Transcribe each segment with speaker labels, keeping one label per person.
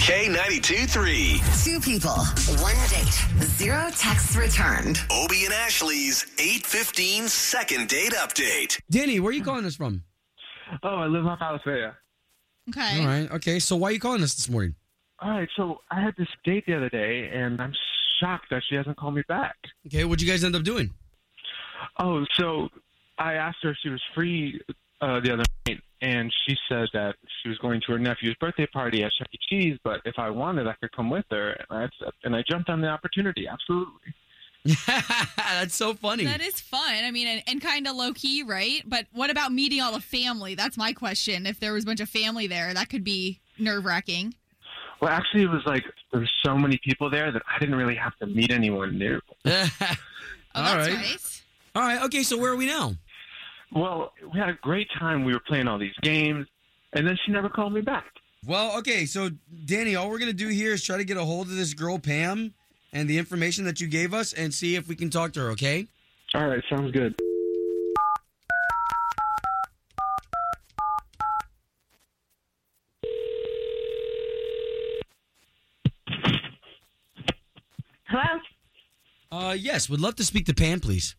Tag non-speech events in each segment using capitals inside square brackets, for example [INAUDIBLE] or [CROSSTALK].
Speaker 1: K92 3.
Speaker 2: Two people, one date, zero texts returned.
Speaker 1: Obie and Ashley's 815 second date update.
Speaker 3: Danny, where are
Speaker 4: Hmm.
Speaker 3: you calling us from?
Speaker 5: Oh, I live on Palafaya.
Speaker 4: Okay.
Speaker 3: All right. Okay. So why are you calling us this morning?
Speaker 5: All right, so I had this date the other day, and I'm shocked that she hasn't called me back.
Speaker 3: Okay. What'd you guys end up
Speaker 4: [LAUGHS]
Speaker 3: doing?
Speaker 5: Oh, so I asked her if she was free uh, the other night, and she said that she was going to her nephew's birthday party at Chuck E. Cheese, but if I wanted, I could come with her. And I, said- and I jumped on the opportunity, absolutely.
Speaker 3: That's so funny. [LAUGHS]
Speaker 4: That is fun. I mean, and, and kind of low key, right? But what about meeting all the family? That's my question. If there was a bunch of family there, that could be nerve wracking.
Speaker 5: Well, actually, it was like there were so many people there that I didn't really have to meet anyone new.
Speaker 4: Oh,
Speaker 3: All
Speaker 4: that's
Speaker 3: right.
Speaker 4: nice.
Speaker 3: All right. Okay. So where are we now?
Speaker 5: Well, we had a great time. We were playing all these games, and then she never called me back.
Speaker 3: Well, okay. So Danny, all we're gonna do here is try to get a hold of this girl Pam and the information that you gave us, and see if we can talk to her. Okay.
Speaker 5: All right, sounds good.
Speaker 6: Hello.
Speaker 3: Uh, yes. Would love to speak to Pam, please.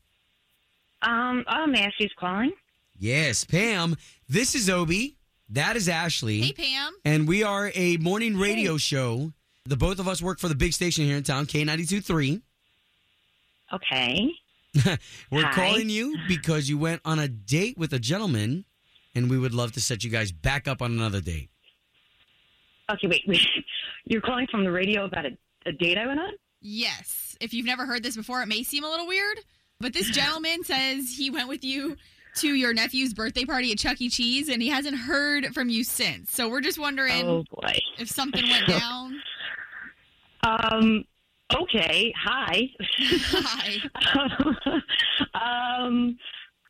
Speaker 6: Um. Oh, may I ask who's calling?
Speaker 3: Yes, Pam. This is Obi. That is Ashley.
Speaker 4: Hey, Pam.
Speaker 3: and we are a morning radio show. The both of us work for the big station here in town, K92.3.
Speaker 6: Okay.
Speaker 3: We're
Speaker 6: Hi.
Speaker 3: calling you because you went on a date with a gentleman, and we would love to set you guys back up on another date.
Speaker 6: Okay. Wait. Wait. [LAUGHS] You're calling from the radio about a, a date I went on?
Speaker 4: Yes. If you've never heard this before, it may seem a little weird,
Speaker 3: [LAUGHS]
Speaker 4: but this gentleman says he went with you to your nephew's birthday party at Chuck E. Cheese and he hasn't heard from you since. So we're just wondering
Speaker 6: Oh boy.
Speaker 4: if something
Speaker 3: [LAUGHS]
Speaker 4: went down.
Speaker 6: Um. Okay. Hi. [LAUGHS]
Speaker 4: Hi.
Speaker 6: um.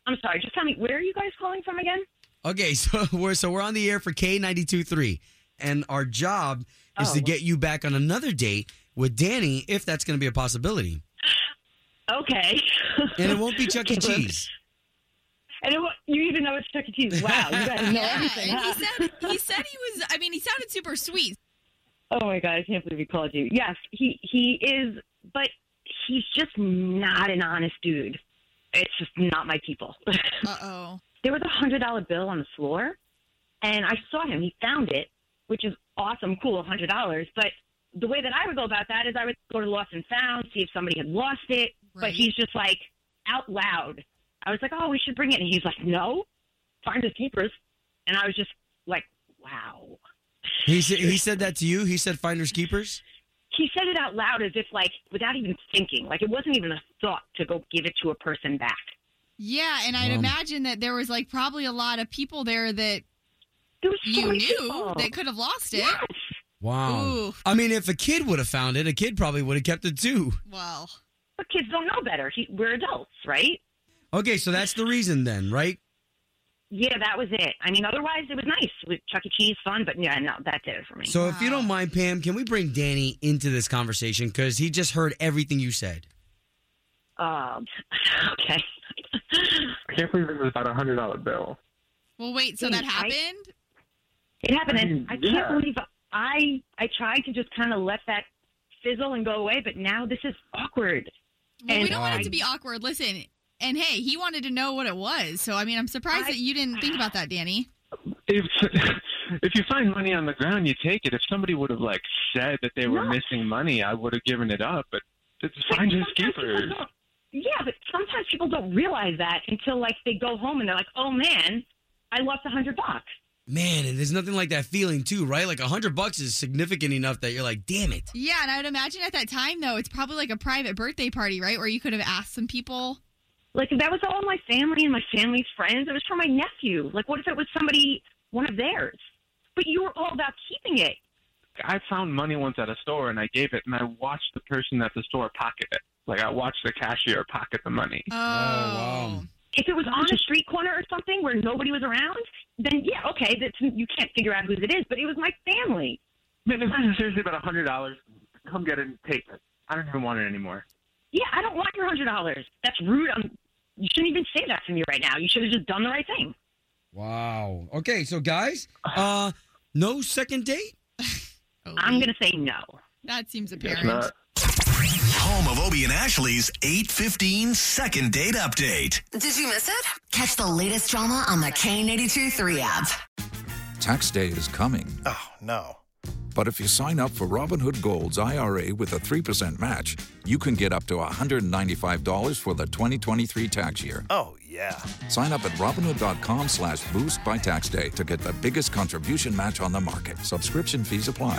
Speaker 6: I'm sorry. Just tell me where are you guys calling from again?
Speaker 3: Okay, [LAUGHS] so we're so we're on the air for K92.3, and our job is
Speaker 6: Oh.
Speaker 3: to get you back on another date with Danny, if that's going to be a possibility,
Speaker 6: Okay.
Speaker 3: [LAUGHS] and it won't be Chuck
Speaker 6: [LAUGHS]
Speaker 3: E.
Speaker 6: Okay, well,
Speaker 3: Cheese.
Speaker 6: And it, wa- you even know it's Chuck E. Cheese. Wow. You guys
Speaker 4: [LAUGHS]
Speaker 6: know
Speaker 4: yeah,
Speaker 6: everything.
Speaker 4: and
Speaker 6: huh?
Speaker 4: he said he said he was I mean, he sounded super sweet.
Speaker 6: Oh my god, I can't believe he called you. Yes, he he is, but he's just not an honest dude. It's just not my people. [LAUGHS]
Speaker 4: Uh oh.
Speaker 6: there was a hundred dollar bill on the floor, and I saw him. He found it, which is awesome, cool, a hundred dollars. But the way that I would go about that is I would go to lost and found, see if somebody had lost it. But
Speaker 4: Right.
Speaker 6: he's just like out loud. I was like, oh, we should bring it, and he's like, no, find his keepers. And I was just like, wow.
Speaker 3: He said he said that to you. He said finders keepers.
Speaker 6: he said it out loud as if like without even thinking like it wasn't even a thought to go give it to a person back
Speaker 4: Yeah, and I'd
Speaker 3: Um,
Speaker 4: imagine that there was like probably a lot of people there that
Speaker 6: there was so
Speaker 4: you
Speaker 6: many
Speaker 4: knew
Speaker 6: people.
Speaker 4: that could have lost it.
Speaker 6: yes.
Speaker 3: Wow.
Speaker 4: Ooh.
Speaker 3: I mean, if a kid would have found it, a kid probably would have kept it too.
Speaker 4: Well,
Speaker 6: but kids don't know better he, we're adults right
Speaker 3: Okay, so that's the reason then, right?
Speaker 6: yeah that was it i mean otherwise it was nice with chuck e cheese fun but yeah no that's it for me
Speaker 3: So if you don't mind, Pam, can we bring Danny into this conversation? Because he just heard everything you said.
Speaker 6: um [LAUGHS] okay
Speaker 5: I can't believe it was about a hundred dollar bill.
Speaker 4: well, wait. So
Speaker 6: Hey,
Speaker 4: that
Speaker 6: I-
Speaker 4: happened.
Speaker 6: it happened and i can't
Speaker 5: Yeah.
Speaker 6: believe i i tried to just kind of let that fizzle and go away but now this is awkward
Speaker 4: Well, we
Speaker 6: and
Speaker 4: don't want
Speaker 3: I-
Speaker 4: it to be awkward. Listen, and hey, he wanted to know what it was. So I mean, I'm surprised
Speaker 6: I-
Speaker 4: that you didn't think about that, Danny.
Speaker 5: If [LAUGHS] if you find money on the ground, you take it. If somebody would have like said that they were
Speaker 6: No.
Speaker 5: missing money, I would have given it up. But it's finders
Speaker 6: Sometimes
Speaker 5: keepers.
Speaker 6: people don't- Yeah, but sometimes people don't realize that until like they go home and they're like, "Oh man, I lost a hundred bucks."
Speaker 3: Man, and there's nothing like that feeling too, right? Like a hundred bucks is significant enough that you're like, damn it.
Speaker 4: Yeah, and I would imagine at that time though, it's probably like a private birthday party, right? Where you could have asked some people.
Speaker 6: Like that was all my family and my family's friends. It was for my nephew. Like, what if it was somebody, one of theirs? But you were all about keeping it.
Speaker 5: I found money once at a store and I gave it and I watched the person at the store pocket it. Like I watched the cashier pocket the money.
Speaker 4: Oh,
Speaker 3: wow.
Speaker 6: If it was on a street corner or something where nobody was around, then yeah, okay, that's, you can't figure out whose it is. But it was my family.
Speaker 5: Man, this is seriously about a hundred dollars. Come get it and take it. I don't even want it anymore.
Speaker 6: Yeah, I don't want your hundred dollars. That's rude. i you shouldn't even say that to me right now. You should have just done the right thing.
Speaker 3: Wow. Okay, so guys, uh, no second date.
Speaker 6: I'm gonna say no.
Speaker 4: That seems
Speaker 5: It's
Speaker 4: apparent.
Speaker 5: not.
Speaker 1: Home of Obie and Ashley's 815 second date update.
Speaker 2: Did you miss it? Catch the latest drama on the K82 3 app.
Speaker 7: Tax day is coming.
Speaker 8: Oh, no.
Speaker 7: But if you sign up for Robinhood Gold's IRA with a 3% match, you can get up to $195 for the 2023 tax year.
Speaker 8: Oh, yeah.
Speaker 7: Sign up at Robinhood.com slash boost by tax day to get the biggest contribution match on the market. Subscription fees apply.